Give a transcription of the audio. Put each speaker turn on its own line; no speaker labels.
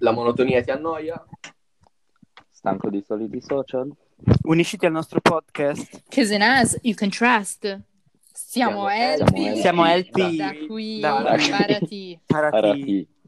La monotonia ti annoia?
Stanco di soliti social?
Unisciti al nostro podcast.
Because in us you can trust. Siamo
Siamo
healthy.
healthy.
Siamo healthy.
Da qui,
Da
qui.
imparati.
Parati.
Parati.